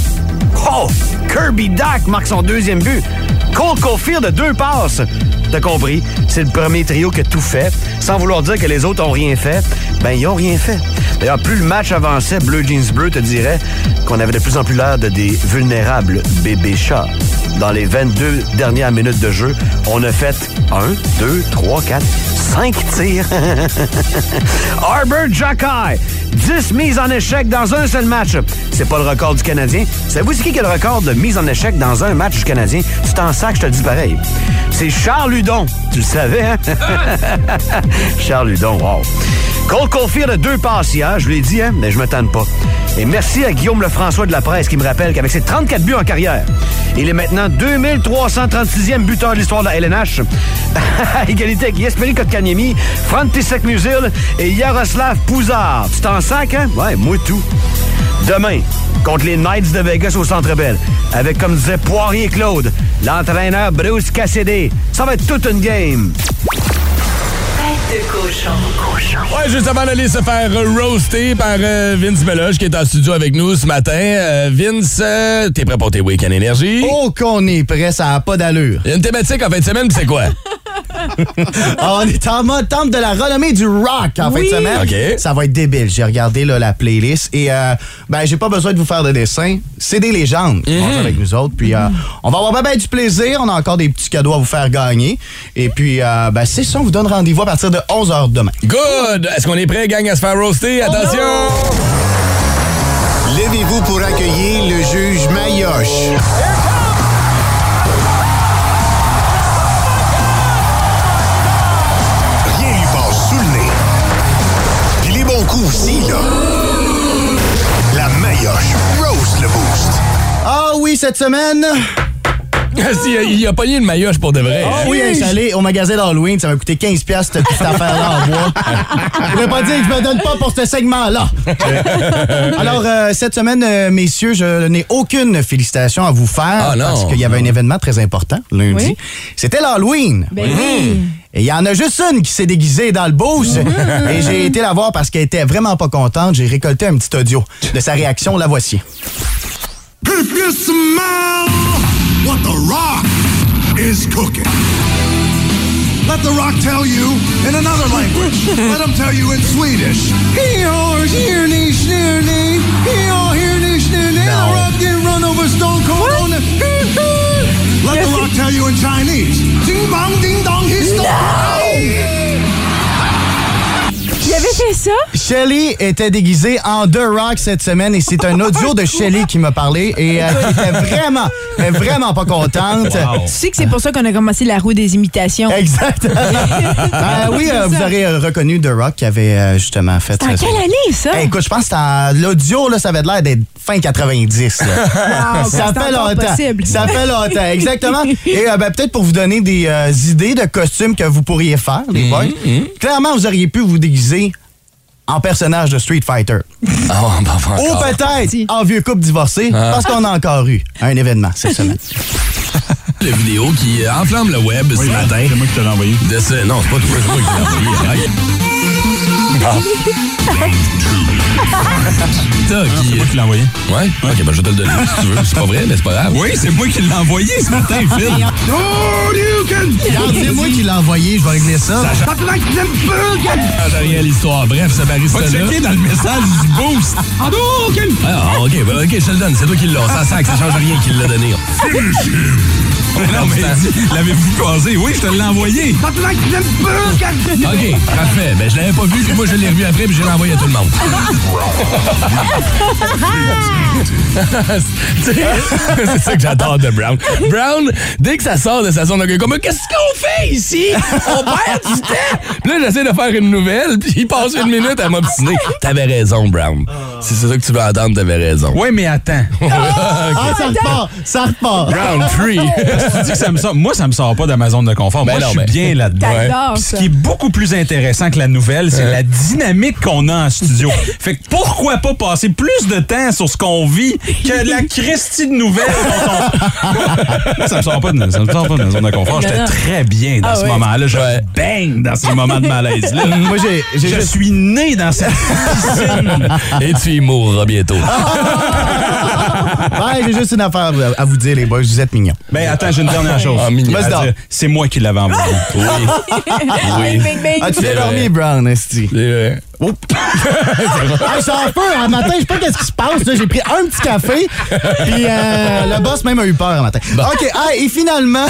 S13: Oh! Kirby Dak marque son deuxième but. Cole Caulfield de deux passes. T'as compris, c'est le premier trio qui a tout fait, sans vouloir dire que les autres ont rien fait. Ben, ils ont rien fait. D'ailleurs, plus le match avançait, Bleu Jeans Bleu te dirait qu'on avait de plus en plus l'air de des vulnérables bébés chats. Dans les 22 dernières minutes de jeu, on a fait 1, 2, 3, 4, 5 tirs. (laughs) Arbor Jacky, 10 mises en échec dans un seul match. C'est pas le record du Canadien. Savez-vous c'est qui qui a le record de mise en échec dans un match du Canadien? Tu t'en sacs, je te le dis pareil. C'est Charles Hudon. Tu le savais, hein? (laughs) Charles Hudon, wow. Cole Caulfield a deux passes hier, je l'ai dit, hein, mais je me tanne pas. Et merci à Guillaume Lefrançois de la presse qui me rappelle qu'avec ses 34 buts en carrière, il est maintenant 2336e buteur de l'histoire de la LNH. À (laughs) Égalité avec Jesperi Kotkaniemi, Frantisek Musil et Yaroslav Pouzard. Tu t'en sacs, hein? Ouais, moi tout. Demain, contre les Knights de Vegas au Centre Bell, avec, comme disait Poirier Claude, l'entraîneur Bruce Cassidy. Ça va être toute une game.
S1: Tête de cochon.
S3: Ouais, juste avant d'aller se faire roaster par euh, Vince Meloche qui est en studio avec nous ce matin. Euh, Vince, euh, t'es prêt pour tes Weekend Énergie?
S14: Oh, qu'on est prêt, ça n'a pas
S3: (laughs)
S14: d'allure.
S3: Il y a une thématique en fin de semaine, puis c'est (laughs) quoi?
S14: Ah, on est en mode temple de la renommée du rock en
S3: Oui.
S14: fin de semaine. Ça va être débile. J'ai regardé là, la playlist et euh, ben j'ai pas besoin de vous faire de dessin. C'est des légendes
S3: Mhm.
S14: qui passent avec nous autres. Puis euh, on va avoir ben, ben du plaisir. On a encore des petits cadeaux à vous faire gagner. Et puis euh, ben, c'est ça, on vous donne rendez-vous à partir de 11h demain. Oh
S3: Good! Est-ce qu'on est prêt, gang, à se faire roaster? Attention!
S11: Levez-vous pour accueillir le juge Mayoche. Rien lui passe sous le nez. Puis les bons coups aussi, là. La Mayoche rose le boost.
S14: Ah oui, cette semaine.
S3: Ah, si, il a pogné une maillotche pour de vrai.
S14: Ah oui, j'allais au magasin d'Halloween, ça m'a coûté 15$ piastres, cette petite affaire-là en bois. Je pourrais pas dire que je me donne pas pour ce segment-là.
S3: (laughs)
S14: Alors, euh, cette semaine, euh, messieurs, je n'ai aucune félicitation à vous faire
S3: Ah, non.
S14: parce qu'il y avait un événement très important lundi.
S3: Oui.
S14: C'était l'Halloween.
S3: Ben oui.
S14: Et il y en a juste une qui s'est déguisée dans le
S3: (laughs)
S14: boost. Et j'ai été la voir parce qu'elle était vraiment pas contente. J'ai récolté un petit audio de sa réaction. La voici.
S11: If you smell what the rock is cooking, let the rock tell you in another
S10: (laughs)
S11: language. let him tell you in Swedish.
S10: Hee-haw, hear-nee, sneer-nee. Hee-haw, hear-nee, sneer-nee. The rock get run over Stone Cold on the- Hee-haw.
S11: Let the rock tell you in Chinese.
S10: Ding bong, ding dong, he's Stone Cold.
S4: Il y avait cherchais ça?
S14: Shelly était déguisée en The Rock cette semaine et c'est un audio de Shelly qui m'a parlé et euh, elle était vraiment, mais vraiment pas contente.
S4: Tu sais que c'est pour ça qu'on a commencé la roue des imitations.
S14: Exact. Euh, oui, euh, vous aurez euh, reconnu The Rock qui avait euh, justement fait
S4: C'était en
S14: ça.
S4: quelle année, ça?
S14: Eh, écoute, je pense que c'était en- l'audio, là, ça avait l'air d'être fin
S5: (laughs)
S14: 90. là.
S4: Wow,
S14: ça
S4: c'est
S14: fait
S4: encore
S14: longtemps.
S4: possible.
S14: Ça fait longtemps,
S5: (laughs)
S14: exactement. Et euh, ben, peut-être pour vous donner des euh, idées de costumes que vous pourriez faire,
S3: Mmh,
S14: les boys. Clairement, vous auriez pu vous déguiser en personnage de Street Fighter.
S3: (laughs) Ah, on va faire
S14: Ou
S3: encore.
S14: peut-être en vieux couple divorcé,
S3: Ah.
S14: parce qu'on a encore eu un événement
S5: (laughs)
S14: cette semaine.
S3: La vidéo qui enflamme le web ce matin. C'est moi qui te l'ai envoyé. De ce... Non, c'est pas toi, c'est moi (laughs) qui te l'ai
S10: Ah,
S3: envoyé. Ah. C'est moi qui l'ai envoyé. Ouais? Ok, ben je vais te le donner si tu veux. C'est pas vrai, mais c'est pas grave.
S5: Oui, c'est moi qui l'ai envoyé ce matin, Phil.
S14: Regarde, C'est moi qui l'ai envoyé, je vais régler ça.
S3: Ah, J'ai rien à l'histoire. Bref, ce barista-là...
S5: Va checker dans le message
S3: du boost. Ah, ok, ben, ok, je te le donne. C'est toi qui l'as. Ça sac, ça change rien qu'il l'a donné.
S5: Non, mais dis, l'avez-vous croisé? Oui, je te l'ai envoyé.
S3: OK, parfait. Ben, je l'avais pas vu, puis moi, je l'ai revu après, puis je l'ai envoyé à tout le (laughs) monde. c'est ça que j'adore de Brown. Brown, dès que ça sort de sa zone de gueule, comme qu'est-ce qu'on fait ici? On perd du temps! Puis là, j'essaie de faire une nouvelle, puis il passe une minute à m'obstiner. T'avais raison, Brown. Si c'est ça que tu veux entendre, t'avais raison.
S5: Oui, mais attends.
S10: Oh,
S14: Ah, ça repart, ça repart.
S3: Round
S14: (laughs)
S5: (laughs)
S3: free.
S5: Tu dis que ça me sort- Moi, ça me sort pas de ma zone de confort.
S3: Ben
S5: Moi,
S3: non,
S5: je suis
S3: ben-
S5: bien là-dedans.
S3: T'adores
S5: Puis
S3: ça.
S5: Ce qui est beaucoup plus intéressant que la nouvelle, c'est la dynamique qu'on a en
S3: (laughs)
S5: studio. fait que pourquoi pas passer plus de temps sur ce qu'on vit que la Christie de nouvelle
S3: (laughs)
S5: dont on- ça me sort pas de ça me sort pas de ma zone de confort. J'étais
S10: Non, non.
S5: très bien dans
S10: Ah
S5: ce
S10: oui.
S5: moment-là. Je bang dans ce moment de malaise. là
S14: Moi, j'ai- j'ai
S5: je
S14: juste-
S5: suis né dans cette piscine.
S3: (laughs) Et tu y mourras bientôt.
S14: Ah, Ouais, j'ai juste une affaire à vous dire, les boys. Vous êtes mignons.
S5: (laughs) Ben, attends, j'ai une dernière chose.
S14: Ah, mignon.
S5: À
S14: Vas-y donc.
S5: dire, C'est moi qui l'avais (laughs) envoyé.
S14: Oui.
S5: (laughs)
S14: Ah, tu l'as dormi, Brown, esti.
S3: (laughs)
S14: Oh. Ah, je suis en feu. Un matin, je sais pas qu'est-ce qui se passe. là. J'ai pris un petit café, puis euh, le boss même a eu peur un matin. OK, ah, et finalement...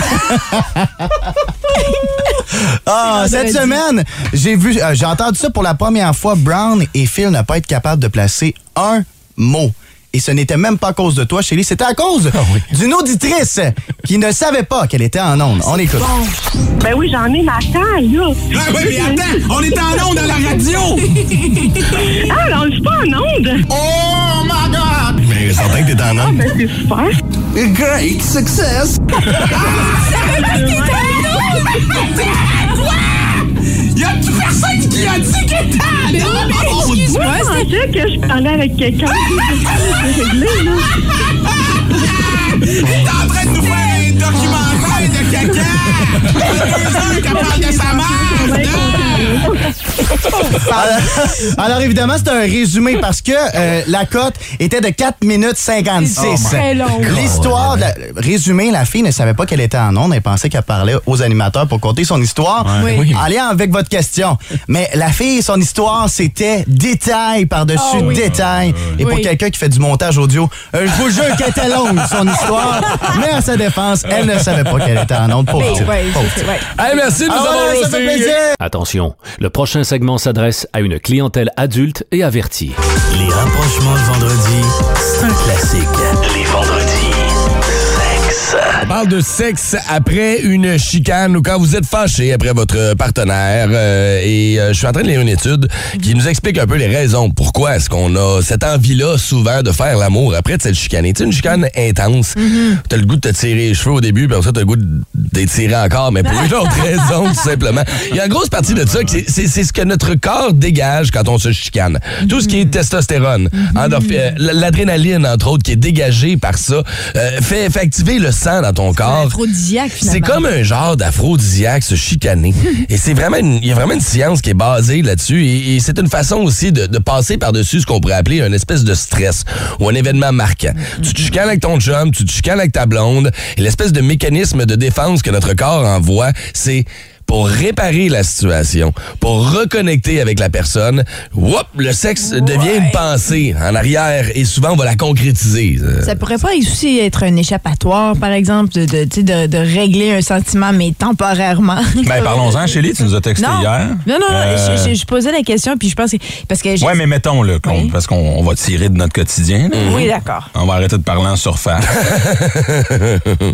S14: Ah, cette semaine, j'ai vu, euh, j'ai entendu ça pour la première fois. Brown et Phil ne pas être capables de placer un mot. Et ce n'était même pas à cause de toi, Shelly, c'était à cause d'une auditrice qui ne savait pas qu'elle était en onde. On écoute.
S12: Ben oui, j'en ai ma taille, là.
S14: Ah oui, mais attends, on est en onde à la radio.
S12: ah, non, je suis pas en onde. Oh my God!
S3: Mais certain que t'es en
S12: Ah, ben c'est super. Great success!
S10: Il y a plus personne qui a dit Oh, qu'il était à
S12: Mais
S10: la
S12: oui, mais
S10: mode.
S12: excuse-moi, je pensais que je parlais avec quelqu'un.
S10: (laughs)
S12: C'est réglé, là.
S10: Il est en train de nous faire un documentaire de caca! Ça fait deux ans qu'elle parle de sa mère!
S14: Alors, (laughs) alors, évidemment, c'est un résumé parce que euh, la cote était de 4 minutes 56.
S10: Oh my Très long.
S14: L'histoire, de la- résumé, la fille ne savait pas qu'elle était en onde. Elle pensait qu'elle parlait aux animateurs pour conter son histoire.
S10: Ouais. Oui.
S14: En lien avec votre question. Mais la fille, son histoire, c'était détail par-dessus
S10: Ah oui.
S14: détail. Et pour
S10: Oui.
S14: quelqu'un qui fait du montage audio, euh, je vous jure qu'elle était longue, son
S10: (laughs)
S14: histoire. Mais à sa défense, elle ne savait pas qu'elle était en onde. Pauvre
S10: Mais
S14: type.
S10: ouais,
S14: Pauvre
S10: c'est
S14: type.
S10: vrai.
S3: Hey, merci de nous
S14: Ah
S3: avoir
S14: ouais, ça fait
S3: roasté.
S14: plaisir.
S15: Attention, le prochain segment s'adresse à une clientèle adulte et avertie.
S2: Les rapprochements le vendredi, c'est un classique. Les vendredis, sexe.
S3: On parle de sexe après une chicane ou quand vous êtes fâché après votre partenaire. euh, et euh, je suis en train de lire une étude qui nous explique un peu les raisons. Pourquoi est-ce qu'on a cette envie-là souvent de faire l'amour après de cette chicane? C'est une chicane intense. T'as le goût de te tirer les cheveux au début, puis après ça, t'as le goût d'étirer encore, mais pour une autre raison, tout simplement. Il y a une grosse partie de ça, que c'est- c'est c'est ce que notre corps dégage quand on se chicane. Tout ce qui est testostérone, endorph- euh, l'adrénaline, entre autres, qui est dégagée par ça, euh, fait, fait activer le sang dans ton corps.
S4: Aphrodisiaque, finalement.
S3: C'est comme un genre d'aphrodisiaque,
S4: (laughs)
S3: se chicaner. et c'est vraiment, une- il y a vraiment une science qui est basée là-dessus. Et, et c'est une façon aussi de, de passer par-dessus ce qu'on pourrait appeler une espèce de stress ou un événement marquant.
S4: Mm-hmm.
S3: Tu te chicanes avec ton chum, tu te chicanes avec ta blonde. Et l'espèce de mécanisme de défense que notre corps envoie, c'est pour réparer la situation, pour reconnecter avec la personne, whoop, le sexe devient une pensée en arrière et souvent on va la concrétiser. Euh,
S4: Ça pourrait pas aussi être un échappatoire, par exemple, de, de, tu sais, de- de régler un sentiment, mais temporairement.
S5: Ben, parlons-en, Chélie, tu nous as texté
S4: non.
S5: hier.
S4: Non, non, non,
S5: Euh,
S4: je, je- je posais la question, puis je pense que. Parce que j'ai-
S5: Ouais, mais mettons, là, qu'on- parce qu'on on va tirer de notre quotidien. là.
S4: Oui, d'accord.
S5: On va arrêter de parler
S4: (laughs)
S5: en surface.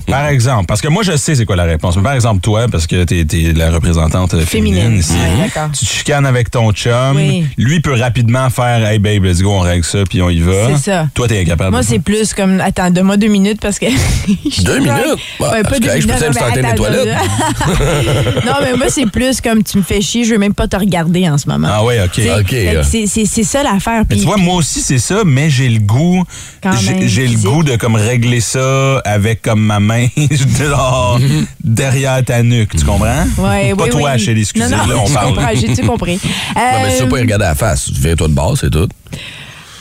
S5: par exemple, parce que moi, je sais c'est quoi la réponse. Mais par exemple, toi, parce que t'es es la représentante euh, féminine,
S4: Féminine.
S5: ici.
S4: Ouais, d'accord.
S5: tu te chicanes avec ton chum.
S4: Oui.
S5: Lui peut rapidement faire Hey babe, let's go, on règle ça, puis on y va.
S4: C'est ça.
S5: Toi, t'es incapable.
S4: Moi,
S5: de (laughs)
S4: c'est plus comme. Attends, donne-moi deux minutes parce que. (laughs) je-
S5: Deux minutes? Bah,
S4: Ouais, pas
S5: c'est
S4: deux
S5: correct, je
S4: minutes.
S5: peux
S4: non, mais
S5: peut-être me tenter
S4: attends,
S5: les toilettes.
S4: attends. (laughs) non, mais moi, c'est plus comme tu me fais chier, je veux même pas te regarder en ce moment.
S5: Ah ouais, ok.
S4: Tu sais,
S5: Ok,
S4: fait que
S5: là.
S4: c'est- C'est c'est ça l'affaire.
S5: Mais
S4: puis-
S5: tu vois, moi aussi, c'est ça, mais j'ai le goût.
S4: Quand
S5: j'ai-
S4: même,
S5: J'ai le
S4: physique.
S5: goût de comme régler ça avec comme ma main (laughs) genre, derrière ta nuque, tu comprends?
S4: Ouais,
S5: hein? Pas
S4: oui,
S5: toi,
S4: oui.
S5: Chélie, excusez,
S4: Non, non,
S5: là, on
S4: je
S5: parle.
S4: comprends, (laughs) J'ai tout compris.
S3: Non, mais
S4: Euh,
S3: tu peux pas y regarder à la face. Tu viens toi de base, c'est tout.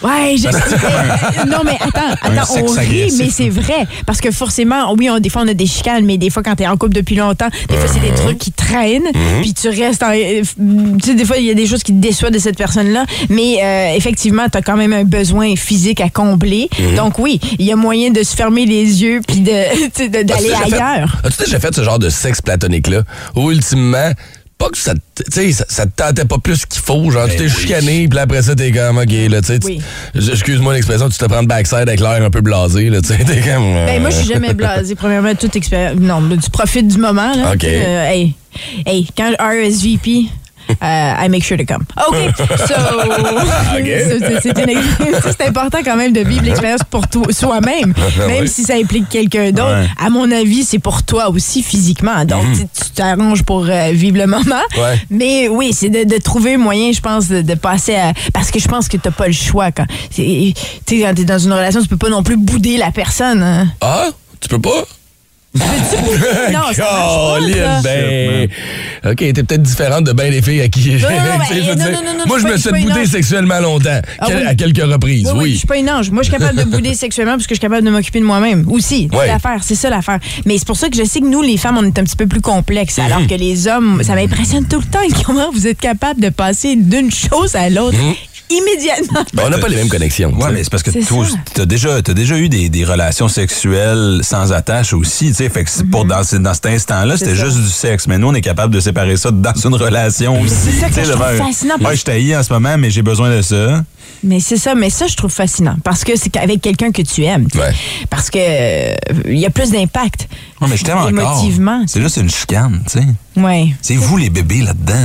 S4: Ouais, je sais. (laughs) non, mais attends,
S3: Un
S4: attends on
S3: sexe
S4: rit,
S3: agressif.
S4: mais c'est vrai. Parce que forcément, oui, on, des fois, on a des chicanes, mais des fois, quand t'es en couple depuis longtemps, des fois, c'est des trucs qui traînent,
S3: Mm-hmm.
S16: Mhm.
S4: puis tu restes en. euh, f- Tu sais, des fois, il y a des choses qui te déçoivent de cette personne-là, mais euh, effectivement, t'as quand même un besoin physique à combler.
S3: Mhm.
S4: Donc, oui, il y a moyen de se fermer les yeux, puis de- (laughs) tu sais, de- d'aller
S3: As-tu déjà fait-
S4: ailleurs.
S3: As-tu déjà fait ce genre de sexe platonique-là? Où ultimement, pas que ça te, tu sais, ça, ça te tentait pas plus qu'il faut, genre tu t'es chicané, puis là, après ça, t'es comme, OK, là, tu sais, tu-
S4: Oui.
S3: j- excuse-moi l'expression, tu te prends de backside avec l'air un peu blasé, là, tu sais, t'es comme... euh.
S4: Ben, moi, je suis jamais blasée. Premièrement, toute expérience. Non, mais tu profites du moment. Là.
S3: OK.
S4: Euh, hey, hey, quand RSVP, euh, I make sure to come. OK. So.
S12: OK.
S4: C'est- c'est une ex- (laughs) c'est important quand même de vivre l'expérience pour toi- soi-même,
S12: (laughs)
S4: même
S12: Ouais.
S4: si ça implique quelqu'un d'autre.
S12: Ouais.
S4: À mon avis, c'est pour toi aussi physiquement. Donc,
S12: Mhm.
S4: tu- tu t'arranges pour euh, vivre le moment.
S12: Ouais.
S4: Mais oui, c'est de, de trouver moyen, je pense, de, de passer à. Parce que je pense que t'as pas le choix. Quand tu es dans une relation, tu peux pas non plus bouder la personne. hein.
S3: Ah? Tu
S4: (laughs)
S3: peux pas?
S4: Non, ça marche pas, ça.
S3: Colin, ben, OK, t'es peut-être différente de bien des filles à qui... (laughs)
S4: non, non,
S3: Tu sais,
S4: mais,
S3: je veux
S4: non,
S3: dire,
S4: non, non, non,
S3: moi,
S4: je suis
S3: je me
S4: pas-
S3: suis
S4: je suis pas une
S3: boudé
S4: ange.
S3: sexuellement longtemps,
S4: Ah
S3: quel-
S4: oui.
S3: à quelques reprises,
S4: Oui, oui, je suis pas une ange. Moi, je suis capable de bouder
S5: (laughs)
S4: sexuellement parce que je suis capable de m'occuper de moi-même aussi. C'est
S3: Ouais.
S4: l'affaire, c'est ça l'affaire. Mais c'est pour ça que je sais que nous, les femmes, on est un petit peu plus complexes,
S5: Mhm.
S4: alors que les hommes, ça m'impressionne tout le temps (laughs) comment vous êtes capable de passer d'une chose à l'autre
S5: Mhm.
S4: immédiatement.
S3: Ben, on n'a pas les mêmes connexions.
S5: Ouais, mais c'est parce que
S4: C'est
S5: toi,
S4: ça.
S5: t'as déjà, t'as déjà eu des, des relations sexuelles sans attache aussi, tu sais. Fait que c'est pour dans, ce- dans cet instant-là,
S4: Mhm. C'est
S5: c'était
S4: ça.
S5: juste du sexe. Mais nous, on est capable de séparer ça dans une relation aussi.
S4: c'est ça que
S5: tu sais,
S4: je
S5: le
S4: trouve
S5: même,
S4: fascinant, parce
S5: Ouais, je t'haïs en ce moment, mais j'ai besoin de ça.
S4: Mais c'est ça, mais ça, je trouve fascinant parce que c'est avec quelqu'un que tu aimes. tu sais. Parce que euh, il y a plus d'impact.
S5: Ouais, mais je t'aime encore.
S4: Émotivement.
S5: C'est juste une chicane, tu sais.
S4: Ouais.
S5: C'est vous les bébés là-dedans.
S4: (laughs)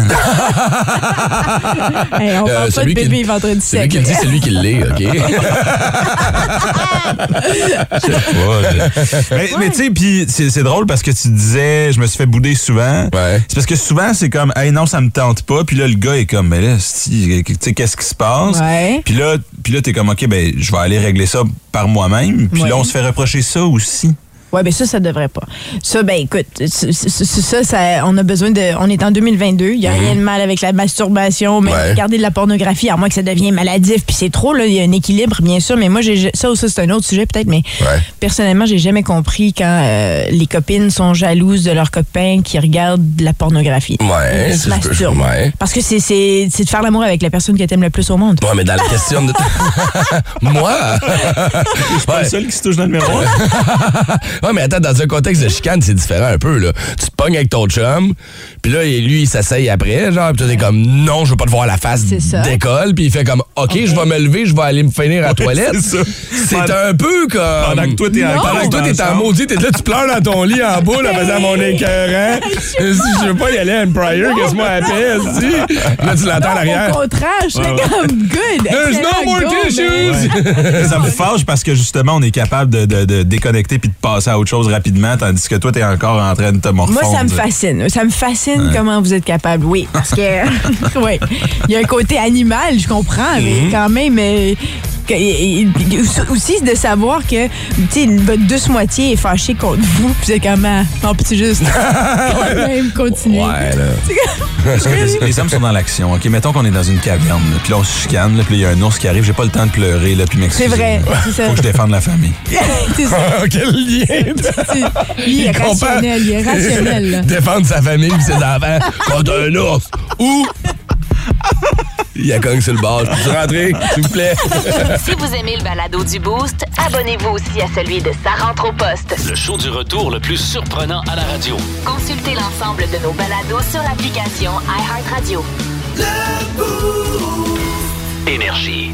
S4: Hey, on parle
S5: Euh,
S4: pas de
S5: celui qui-
S4: bébé vendredi
S5: celui qui le dit, c'est lui
S4: (laughs)
S5: qui
S3: l'est,
S5: mais mais tu sais, puis c'est c'est drôle parce que tu disais, je me suis fait bouder souvent. C'est parce que souvent, c'est comme, hey non, ça me tente pas. Puis là, le gars est comme, mais là, c'ti, tu sais, qu'est-ce qui se passe?
S4: Ouais.
S5: Puis là, puis là t'es comme, OK, ben, je vais aller régler ça par moi-même. Puis là, on se fait reprocher ça aussi.
S4: Oui, mais ben ça, ça devrait pas. Ça, ben écoute, ça, ça, ça- on a besoin de. On est en 2022,
S3: Mhm.
S4: il n'y a rien de mal avec la masturbation, mais
S12: Ouais.
S4: regarder de la pornographie, à moins que ça devienne maladif, puis c'est trop, là, il y a un équilibre, bien sûr, mais moi, j'ai ça aussi, c'est un autre sujet peut-être, mais personnellement, j'ai jamais compris quand euh, les copines sont jalouses de leurs copains qui regardent de la pornographie.
S3: Ouais,
S4: Ils se
S3: ça se peut,
S4: masturbent.
S3: ouais.
S4: Parce que c'est- c'est c'est de faire l'amour avec la personne que t'aimes le plus au monde.
S3: Ouais, mais dans la question de. (laughs) Moi? Je suis
S5: pas le seul qui se touche dans le miroir.
S3: ouais, mais attends, dans un contexte de chicane, c'est différent un peu, là. Tu te pognes avec ton chum, puis là, il- lui, il s'asseye après, genre, puis toi, t'es comme, non, je veux pas te voir la face
S4: ça.
S3: d'école, puis il fait comme, OK, je vais me lever, je vais aller me finir à la toilette. C'est un peu comme. Pendant que toi,
S5: t'es en-
S3: Pendant que toi, t'es en maudit, t'es là, tu pleures dans ton lit en boule en faisant mon écœurant. Je veux pas y aller à une prior, qu'est-ce que moi, à si. Là, tu l'entends en
S4: Au
S3: arrière.
S4: contraire, je fais
S5: Ouais, ouais.
S4: comme good.
S3: There's no
S4: excellent,
S3: more
S4: go, man.
S5: Ouais. (laughs) ça me fâche parce que justement, on est capable de, de- de déconnecter puis de passer à autre chose rapidement, tandis que toi, t'es encore en train de te morfondre.
S4: Moi, ça me fascine. Ça me fascine
S5: Ouais.
S4: comment vous êtes capable, oui. (laughs)
S5: (laughs)
S4: Parce que, oui, il y a un côté animal, je comprends, mais
S5: Mhm.
S4: quand même, euh, que- et- et- aussi de savoir que tu sais, votre douce moitié est fâchée contre vous, puis c'est comment non, petit
S5: (laughs)
S4: juste (laughs) quand même continuer.
S5: Ouais, là.
S4: C'est comme-
S5: Parce que les, les hommes sont dans l'action. OK, mettons qu'on est dans une caverne, là, puis là, on se chicane, là, puis là, il y a un ours qui arrive, j'ai pas le temps de pleurer, là, puis m'excuser.
S4: C'est vrai,
S5: là.
S4: c'est ça.
S5: Faut que je défende la famille.
S4: (laughs) C'est ça.
S3: Ah, Quel lien!
S4: Lui, il est
S3: compare-
S4: rationnel, il est rationnel. là.
S3: (laughs) Défendre sa famille et ses
S4: (laughs)
S3: enfants contre un ours. Ou. Il y a cogne sur le bord. Je peux rentrer, Ah, s'il vous plaît?
S16: (laughs) si vous aimez le balado du Boost, abonnez-vous aussi à celui de Sa rentre au poste.
S2: Le show du retour le plus surprenant à la radio.
S16: Consultez l'ensemble de nos balados sur l'application iHeartRadio.
S2: Énergie.